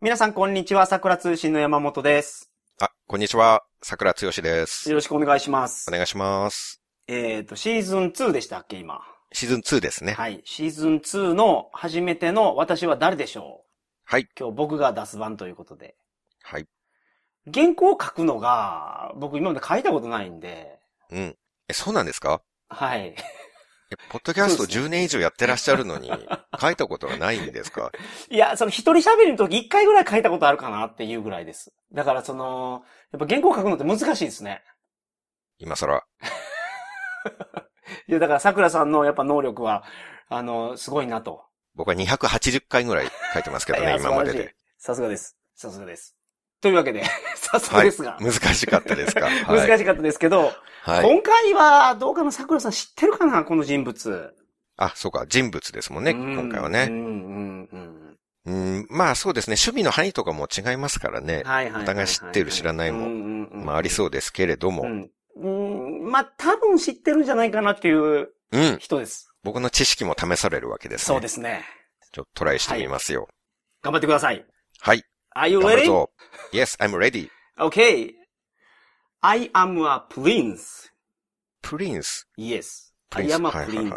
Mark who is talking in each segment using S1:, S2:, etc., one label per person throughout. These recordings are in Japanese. S1: 皆さん、こんにちは。桜通信の山本です。
S2: あ、こんにちは。桜剛です。
S1: よろしくお願いします
S2: お。願いします。
S1: えっ、と、シーズン2でしたっけ、今。
S2: シーズン2ですね。はい。
S1: はい。シーズン2の初めての私は誰でしょ
S2: はい。
S1: う今日僕が出す番ということで。原稿を書くのが、僕今まで書いたことないんで、
S2: うん。え、そうなんですか
S1: はい。
S2: え、ポッドキャスト
S1: そうです
S2: 10年以上やってらっしゃるの に、書いたことがないんですか
S1: いや、その一人喋りの時一回ぐらい書いたことあるかなっていうぐらいです。だからその、やっぱ原稿書くのって難しいですね。
S2: 今更。
S1: いや、だから桜さんのやっぱ能力は、あの、すごいなと。
S2: 僕は280回ぐらい書いてますけど
S1: いや
S2: ね、今ま
S1: 素晴ら
S2: で。
S1: し
S2: で
S1: い。さすがです。さすがです。というわけで、 早速ですが、
S2: 難しかったで すかはい。
S1: 難しかったですけど、
S2: はい。
S1: 今回はどうかな桜さん知ってるかなこの人物。
S2: あ、そうか。人物ですもんね、
S1: うん
S2: 今回は
S1: う
S2: ね。
S1: んうんうん
S2: うん、まあそうですね。趣味の範囲とかも違いますから
S1: は
S2: ね。
S1: いはいはいはい。
S2: お互い知ってる知らないも
S1: も
S2: まあありそうですけれども。
S1: うん。うん、まあ、多分知ってるんじゃないかなっていう
S2: うん。
S1: 人です。
S2: 僕の知識も試されるわけですね。。
S1: そうですすね。
S2: ちょっとトライしてみますよ。
S1: 頑張ってください。
S2: はい。
S1: Are you
S2: 頑張る
S1: ready?
S2: ぞ。Yes, I'm ready.
S1: Okay. I am a prince.
S2: Prince,
S1: Yes. I
S2: Prince.
S1: am a
S2: はいはいはい
S1: prince.
S2: はい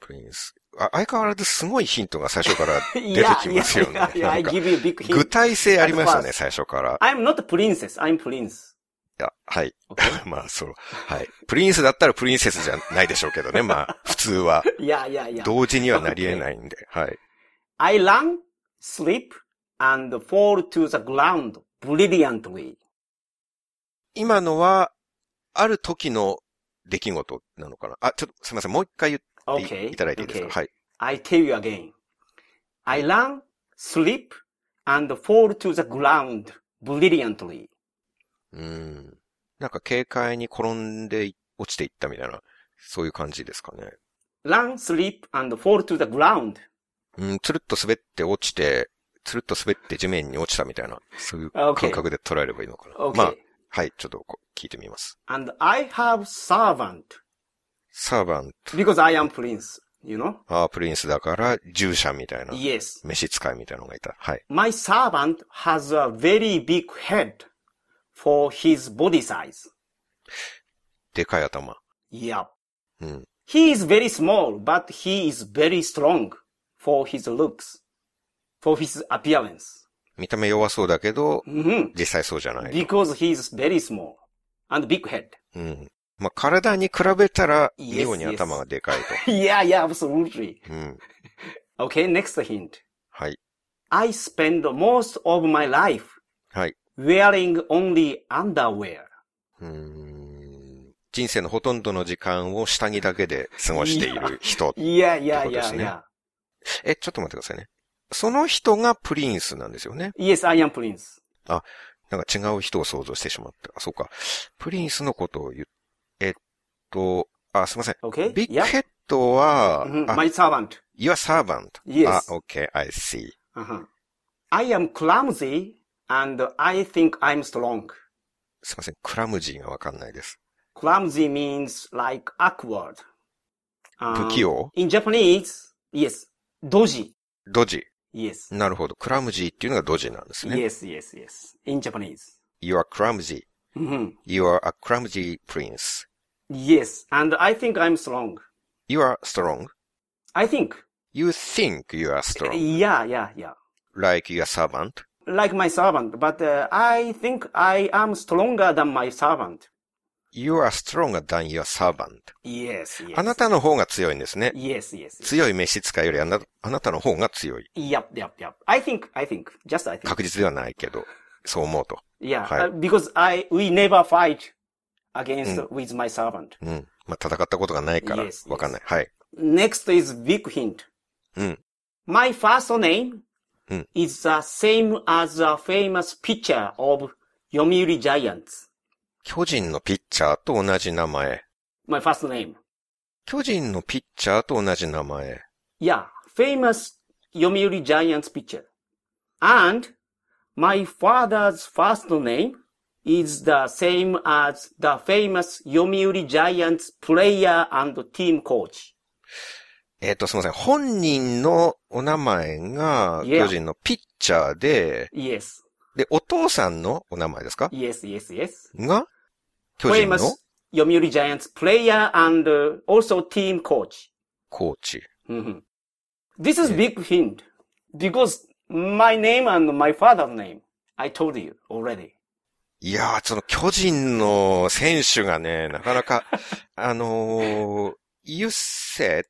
S2: Prince. あ相変わらずすごいヒントが最初から
S1: い
S2: 出て
S1: や
S2: きますよね
S1: いやいや、
S2: な
S1: I
S2: んか
S1: give you a big
S2: 具
S1: hint.
S2: 体性ありました
S1: At first.
S2: ね、最初から。
S1: I'm not a princess, I'm prince.
S2: いやはい。
S1: Okay?
S2: まあ、そう。はい。プリンスだったらプリンセスじゃないでしょうけどね。まあ、普通は。
S1: いやいやいや。
S2: 同時にはなり得ないんで。はい。
S1: I run, slip, and fall to the ground brilliantly.
S2: 今のは、ある時の出来事なのかな。あ、ちょっとすみません。もう一回言って
S1: Okay.
S2: いただいていいですか。
S1: okay.
S2: はい。
S1: I tell you again. I run, slip, and fall to the ground brilliantly.
S2: うん。なんか軽快に転んでい落ちていったみたいな、そういう感じですかね。
S1: Run, slip, and fall to the ground.
S2: うん、つるっと滑って落ちて、つるっと滑って地面に落ちたみたいな、そういう
S1: あ
S2: 感
S1: OK
S2: 覚で捉えればいいのかな。
S1: Okay.
S2: まあ、はい、ちょっとこう聞いてみます。
S1: and I have servant
S2: サーバント、
S1: because I am prince, you know?
S2: あープリンスだから、従者みたいな、
S1: Yes.
S2: 召使いみたいなのがいた。はい。
S1: My servant has a very big head for his body size.
S2: でかい頭。
S1: Yeah.
S2: うん。
S1: He is very small, but he is very strong for his looks, for his appearance.
S2: 見た目弱そうだけど、
S1: Mhm.
S2: 実際そうじゃない。
S1: Because he is very small and big head.
S2: うん。まあ、体に比べたら、
S1: Yes,
S2: 妙に頭がでかい
S1: yeah, yeah, absolutely.
S2: と。うん。
S1: Okay, next hint.
S2: はい。
S1: I spend most of my life
S2: はい。
S1: wearing only underwear.
S2: うーん人生のほとんどの時間を下着だけで過ごしている人。
S1: Yeah, yeah,
S2: ってことで
S1: yeah,
S2: すね。
S1: yeah.
S2: え、ちょっと待ってくださいね。その人がプリンスなんですよね。
S1: Yes, I am prince.
S2: なんか違う人を想像してしまった。あ、そうか。プリンスのことを言っ、えっと、あ、すいません。
S1: Okay?
S2: ビッグ
S1: yeah.
S2: ヘッドは、
S1: Mhm,
S2: あ、
S1: My servant.
S2: your servant.
S1: Yes.
S2: あ、okay, I see.
S1: Uh-huh. I am clumsy and I think I'm strong.
S2: すいません。クラムジーがわかんないです。
S1: Clumsy means like awkward. Um,
S2: 不器用
S1: in Japanese, yes, doji.
S2: ドジ。
S1: Yes.
S2: なるほど。クラムジーっていうのがドジなんですね。
S1: Yes, yes, yes. In Japanese.
S2: You are clumsy.
S1: Mhm.
S2: You are a clumsy prince.
S1: Yes, and I think I'm strong.
S2: You are strong.
S1: I think.
S2: You think you are strong,
S1: Yeah, yeah, yeah.
S2: like your servant.
S1: Like my servant, but uh, I think I am stronger than my servant.
S2: You are stronger than your servant.
S1: Yes, yes.
S2: あなたの方が強いんですね。
S1: Yes, yes. yes.
S2: 強い召使いよりあなあなたの方が強い。
S1: Yep, yep, yep. I think, I think. Just I think.
S2: 確実ではないけど、そう思うと。
S1: Yeah,
S2: Hi.
S1: uh, because I we never fight against with my servant.
S2: うん。まあ、戦ったことがないから
S1: Yes, yes.、
S2: わかんない。はい。
S1: Next is big hint.
S2: うん。
S1: My first name
S2: Hmm.
S1: is the same as a famous pitcher of Yomiuri Giants.
S2: 巨人のピッチャーと同じ名前。
S1: My first name.
S2: 巨人のピッチャーと同じ名前。
S1: Yeah, famous Yomiuri Giants pitcher. And my father's first name is the same as the famous Yomiuri Giants player and team coach.
S2: えっ、と、すみません。本人のお名前が、
S1: Yeah.
S2: 巨人のピッチャーで、
S1: Yes.
S2: で、お父さんのお名前ですか
S1: Yes, yes, yes.
S2: が、巨人の
S1: Famous Yomiuri Giants player and uh, also team coach.
S2: コーチ。
S1: Mhm. This is big hint because my name and my father's name, I told you already.
S2: いやー、その巨人の選手がね、なかなか、 あのー、You said,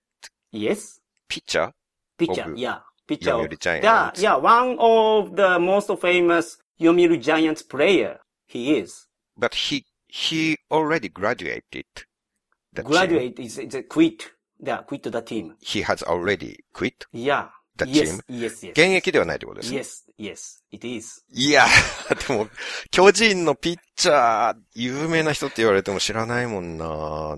S1: Yes.
S2: ピッチャー
S1: Picture,
S2: Of
S1: yeah. Picture. of-
S2: Yomiuri Giants.
S1: Yeah, yeah. One of the most famous Yomiuri Giants player. He is.
S2: But he, he already graduated. the team.
S1: Graduate is, is a quit. Yeah, quit the team.
S2: He has already quit.
S1: Yeah.
S2: The
S1: yes,
S2: team?
S1: yes, yes.
S2: 現役ではないってことですね。
S1: Yes, yes, it is.
S2: いや、でも、巨人のピッチャー、有名な人って言われても知らないもんな。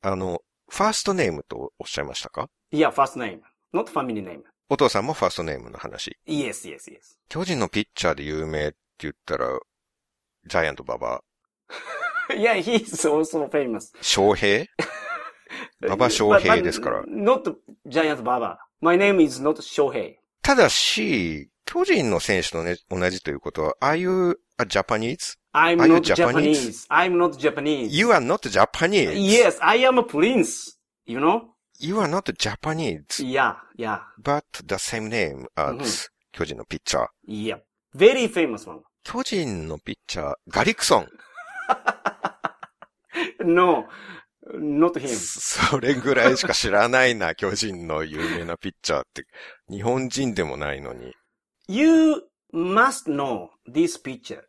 S2: あの、ファーストネームとおっしゃいましたか
S1: Yeah, first name, not family name.
S2: お父さんもファーストネームの話。
S1: Yes, yes, yes.
S2: 巨人のピッチャーで有名って言ったら、ジャイアントババ
S1: yeah, he is also famous. Uh,
S2: ア、翔平馬場翔平ですから
S1: But- but Not Giant Baba. My name is not 翔平。
S2: ただし、巨人の選手とね、同じということは、are you a Japanese?You
S1: I'm
S2: Are you
S1: not
S2: Japanese?
S1: Japanese. I'm not Japanese.
S2: are not Japanese.You
S1: Yes, I am a prince. You know?
S2: are not Japanese,
S1: Yeah, yeah,
S2: but the same name as 巨人のピッチャー。
S1: yeah. Very famous one.
S2: 巨人のピッチャー、ガリクソン。
S1: No, not him.
S2: それぐらいしか知らないな、巨人の有名なピッチャーって。日本人でもないのに。
S1: You must know this picture.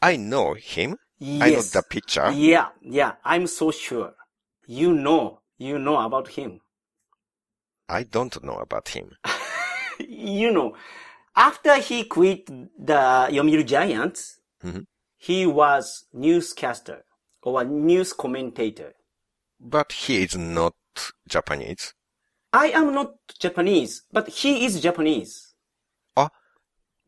S2: I know him. I know
S1: Yes.
S2: the picture.
S1: Yeah, yeah, I'm so sure. You know, you know about him.
S2: I don't know about him.
S1: You know, after he quit the Yomiuri Giants,
S2: Mhm.
S1: he was newscaster or a news commentator.
S2: But he is not Japanese.
S1: I am not Japanese, but he is Japanese.
S2: あ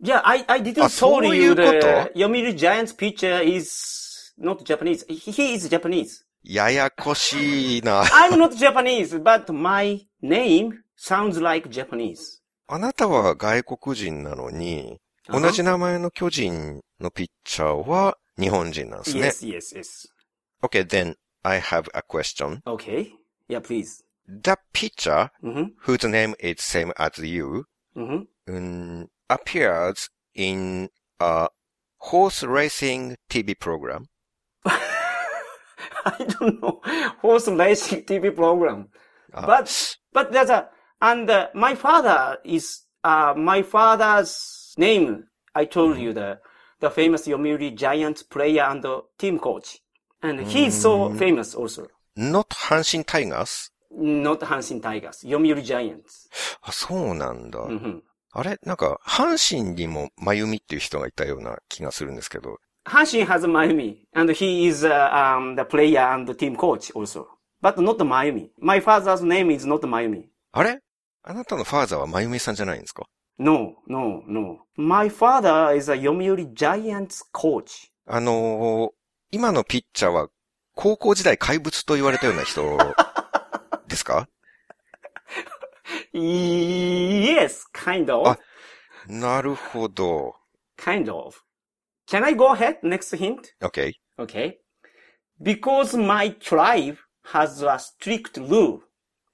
S1: Yeah, I, I didn't
S2: あそ
S1: told
S2: うい
S1: you
S2: うこと
S1: the Yomiuri Giants pitcher is not Japanese. He he is Japanese.
S2: ややこしいな。
S1: I'm not Japanese, but my name sounds like Japanese.
S2: あなたは外国人なのに、
S1: Uh-huh.
S2: 同じ名前の巨人のピッチャーは日本人なんですね。
S1: Yes, yes, yes.
S2: Okay, then I have a question.
S1: Okay. Yeah, please.
S2: The pitcher
S1: Mm-hmm.
S2: whose name is same as you
S1: Mm-hmm.
S2: um, appears in a horse racing TV program.
S1: I don't know. Horse racing TV program.
S2: Ah.
S1: But, but there's a, and uh, my father is, uh, my father's name. I told you the, the famous Yomiuri Giants player and uh, team coach. And he's so famous also.
S2: Not 阪神タイガース
S1: Not Hanshin Tigers, Yomiuri Giants.
S2: あ、そうなんだ。
S1: Mm-hmm.
S2: あれなんか、阪神にも真由美っていう人がいたような気がするんですけど。
S1: Hanshin has a Miami and he is, uh, um, the player and the team coach also. But not Miami. My father's name is not Miami.
S2: あれあなたのファーザーは真由美さんじゃないんですか
S1: No, no, no. My father is a Yomiuri Giants coach.
S2: あのー今のピッチャーは、高校時代怪物と言われたような人 ですか
S1: Yes, kind of.
S2: Ah. なるほど。
S1: Kind of. Can I go ahead? Next hint?
S2: Okay.
S1: Okay. Because my tribe has a strict rule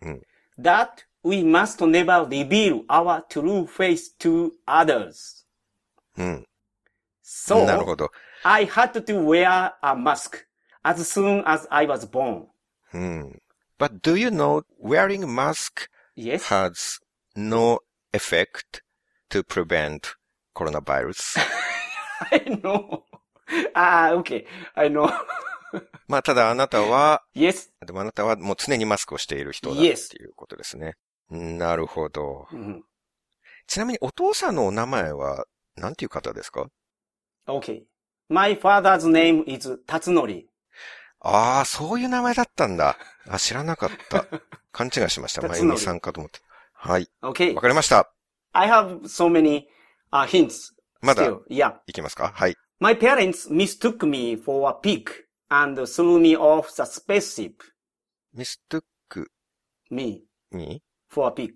S2: Mm.
S1: that we must never reveal our true face to others.
S2: うん。なる
S1: So
S2: ほど。
S1: I had to wear a mask as soon as I was born.
S2: うん。But do you know wearing mask
S1: Yes.
S2: has no effect to prevent coronavirus?
S1: I know. Ah, okay. I know.
S2: まあ、ただあなたは、
S1: yes.
S2: でもあなたはもう常にマスクをしている人だってい
S1: Yes.
S2: うことですね。なるほど。
S1: Mhm.
S2: ちなみにお父さんのお名前は、なんていう方ですか
S1: Okay. My father's name is Tatsunori.
S2: ああ、そういう名前だったんだ。あ、知らなか った。勘違いしました。
S1: 辰
S2: ま
S1: 徳
S2: ゆみさんかと思って。はい。
S1: Okay.
S2: わかりました。
S1: I have so many uh, hints.
S2: まだ
S1: Still. Yeah.
S2: いきますかはい。
S1: My parents mistook me for a pig and threw me off the spaceship.
S2: ミストゥック
S1: Me.
S2: に
S1: for a pig.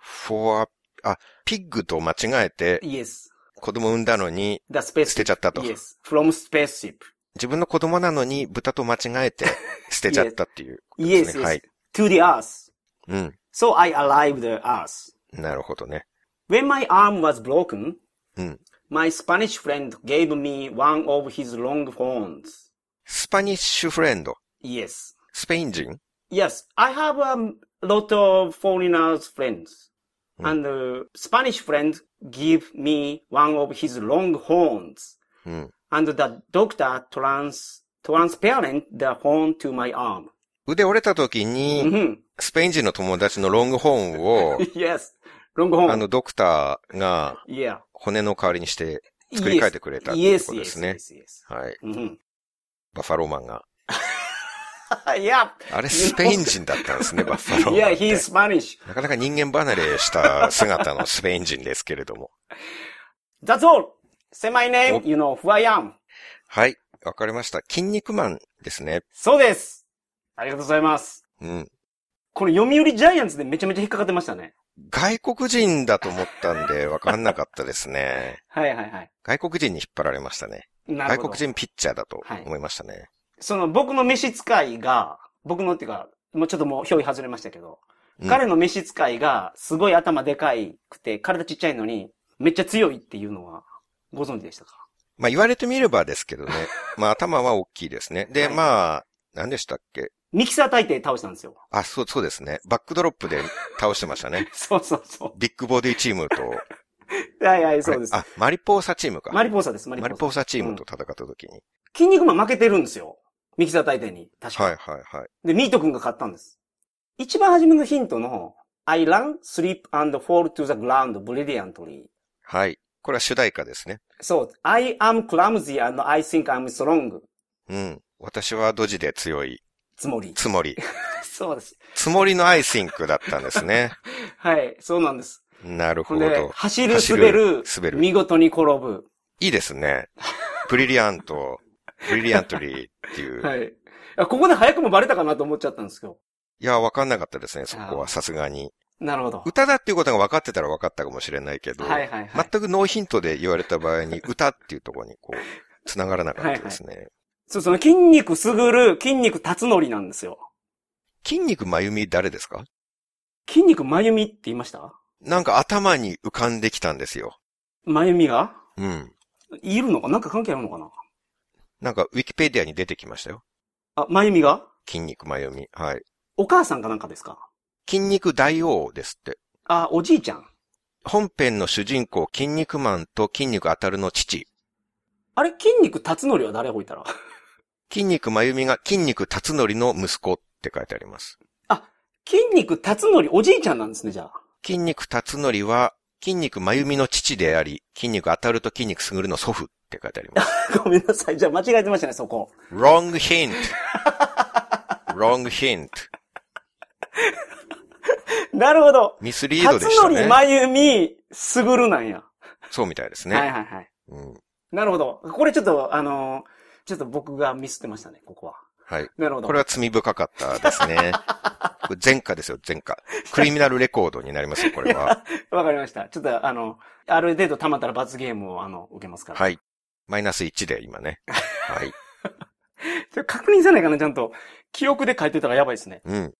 S2: for, あ、ピッグと間違えて、
S1: Yes.
S2: 子供産んだのに
S1: The
S2: 捨て
S1: spaceship.
S2: ちゃったと。
S1: Yes. From spaceship.
S2: 自分の子供なのに豚と間違えて捨てちゃったって いうことで
S1: Yes,
S2: すね。は
S1: yes.
S2: い。
S1: To the earth.
S2: うん。
S1: So I arrived the earth.
S2: なるほどね。
S1: When my arm was broken,
S2: うん。
S1: my Spanish friend gave me one of his long horns.
S2: スパニッシュフレンド。
S1: Yes.
S2: スペイン人
S1: Yes, I have a lot of foreigners friends.
S2: Mm.
S1: And uh, Spanish friend give me one of his long horns.
S2: うん。
S1: And the doctor trans transparent the horn to my arm.
S2: 腕折れた時に、
S1: Mhm.
S2: スペイン人の友達のロングホーンを、
S1: yes, long
S2: あ
S1: horn.
S2: の、ドクターが
S1: yeah.
S2: 骨の代わりにして、作り変え
S1: Yes.
S2: てくれたっていう
S1: Yes,
S2: ことです
S1: yes,
S2: ね。
S1: yes, yes.
S2: はい。
S1: Mhm.
S2: バッファローマンが。
S1: yeah.
S2: あれ、スペイン人だった んですね、バッファローマン。
S1: Yeah, he's Spanish.
S2: なかなか人間離れした姿のスペイン人ですけれども。
S1: That's all. Say my name, you know who I am.
S2: はい。わかりました。筋肉マンですね。
S1: そうです。ありがとうございます。
S2: うん。
S1: この読売ジャイアンツでめちゃめちゃ引っかかってましたね。
S2: 外国人だと思ったんで、わかんなかったですね。
S1: はいはいはい。
S2: 外国人に引っ張られましたね。
S1: なる
S2: 外
S1: ほど。
S2: 国人ピッチャーだと思いましたね。
S1: その僕の飯使いが、僕のっていうか、もうちょっともう表意外れましたけど、
S2: うん
S1: 彼の飯使いがすごい頭でかいくて、体ちっちゃいのに、めっちゃ強いっていうのはご存知でしたか
S2: まあ言われてみればです けどね。まあ頭は大きいですね。で、
S1: はい
S2: まあ、何でしたっけ
S1: ミキサー大抵倒したんですよ。。
S2: あ、そう、そうですね。バックドロップで倒してましたね
S1: そうそうそ
S2: ビッグボディチームと、
S1: う。はいはい、そうです
S2: あ。れあ、マリポーサチームか。
S1: マリポーサです、マリポ
S2: マリ
S1: ーサ
S2: ポ。ーサチームと戦った時に。
S1: 筋肉マン負けてるんですよ。ミキサー大抵に。確か
S2: はいはいはい。
S1: で、ミート君が買ったんです。一番初めのヒントの、I run, sleep, and fall to the ground brilliantly.
S2: はい。これは主題歌ですね。
S1: そう。I am clumsy and I think I'm strong.
S2: うん。私はドジで強い
S1: つも り。
S2: つも り。
S1: そうです。
S2: つもりのアイシンクだったんですね。
S1: はい。そうなんです。
S2: なる
S1: ほ
S2: ほ
S1: んで
S2: ど、。
S1: 走る、
S2: 走
S1: 滑る
S2: る、滑る
S1: 見事に転ぶ。
S2: いいですね。ブリリアント、ブリリアントリーっていう。い、
S1: はい。あここで早くもバレたかなと思っちゃったんですけど。
S2: や、わかんなかったですね、そこ
S1: あー
S2: はさすがに。
S1: なるほど。
S2: 歌だっていうことが分かってたら分かったかもしれないけど、
S1: はいはいはい。
S2: 全くノーヒントで言われた場合に歌っていうところにこう、繋がらなかったですね。
S1: そう、その筋肉すぐる、筋肉たつのりなんですよ。
S2: 筋肉まゆみ誰ですか
S1: 筋肉まゆみって言いました
S2: なんか頭に浮かんできたんですよ。
S1: まゆみが
S2: うん。
S1: いるのかなんか関係あるのかな
S2: なんかウィキペディアに出てきましたよ。
S1: あ、まゆみが
S2: 筋肉まゆみ。はい。
S1: お母さんかなんかですか
S2: 筋肉大王ですって。
S1: あ、おじいちゃん。
S2: 本編の主人公、筋肉マンと筋肉あたるの父。
S1: あれ、筋肉たつのりは誰ほいたら
S2: 筋肉まゆみが筋肉たつのりの息子って書いてあります。
S1: 筋肉たつのり、おじいちゃんなんですね、じゃあ。
S2: 筋肉たつのりは、筋肉まゆみの父であり、筋肉あたると筋肉すぐるの祖父って書いてあります。
S1: ごめんなさい。じゃあ間違えてましたね、そこ。
S2: wrong hint! wrong hint!
S1: なるほど。
S2: ミスリード
S1: 勝
S2: でした
S1: 則ま
S2: ね。
S1: ゆみ、すぐるなんや。
S2: そうみたいです
S1: はい
S2: ね。
S1: はいはい。
S2: うん
S1: なるほど。これちょっと、あのーちょっと僕がミスってましたね、ここは。
S2: はい。
S1: なるほど。
S2: これは罪深かったですね。これ前科ですよ、前科。クリミナルレコードになりますよ、これは。
S1: わかりました。ちょっと、あの、ある程度溜まったら罰ゲームを、あの、受けますから。
S2: はい。マイナス1で、今ね。はい。
S1: ちょっと確認せないかな、ちゃんと。記憶で書いてたらやばいですね。
S2: うん。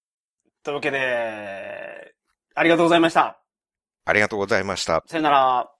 S1: というわけで、ありがとうございました。
S2: ありがとうございました。
S1: さよなら。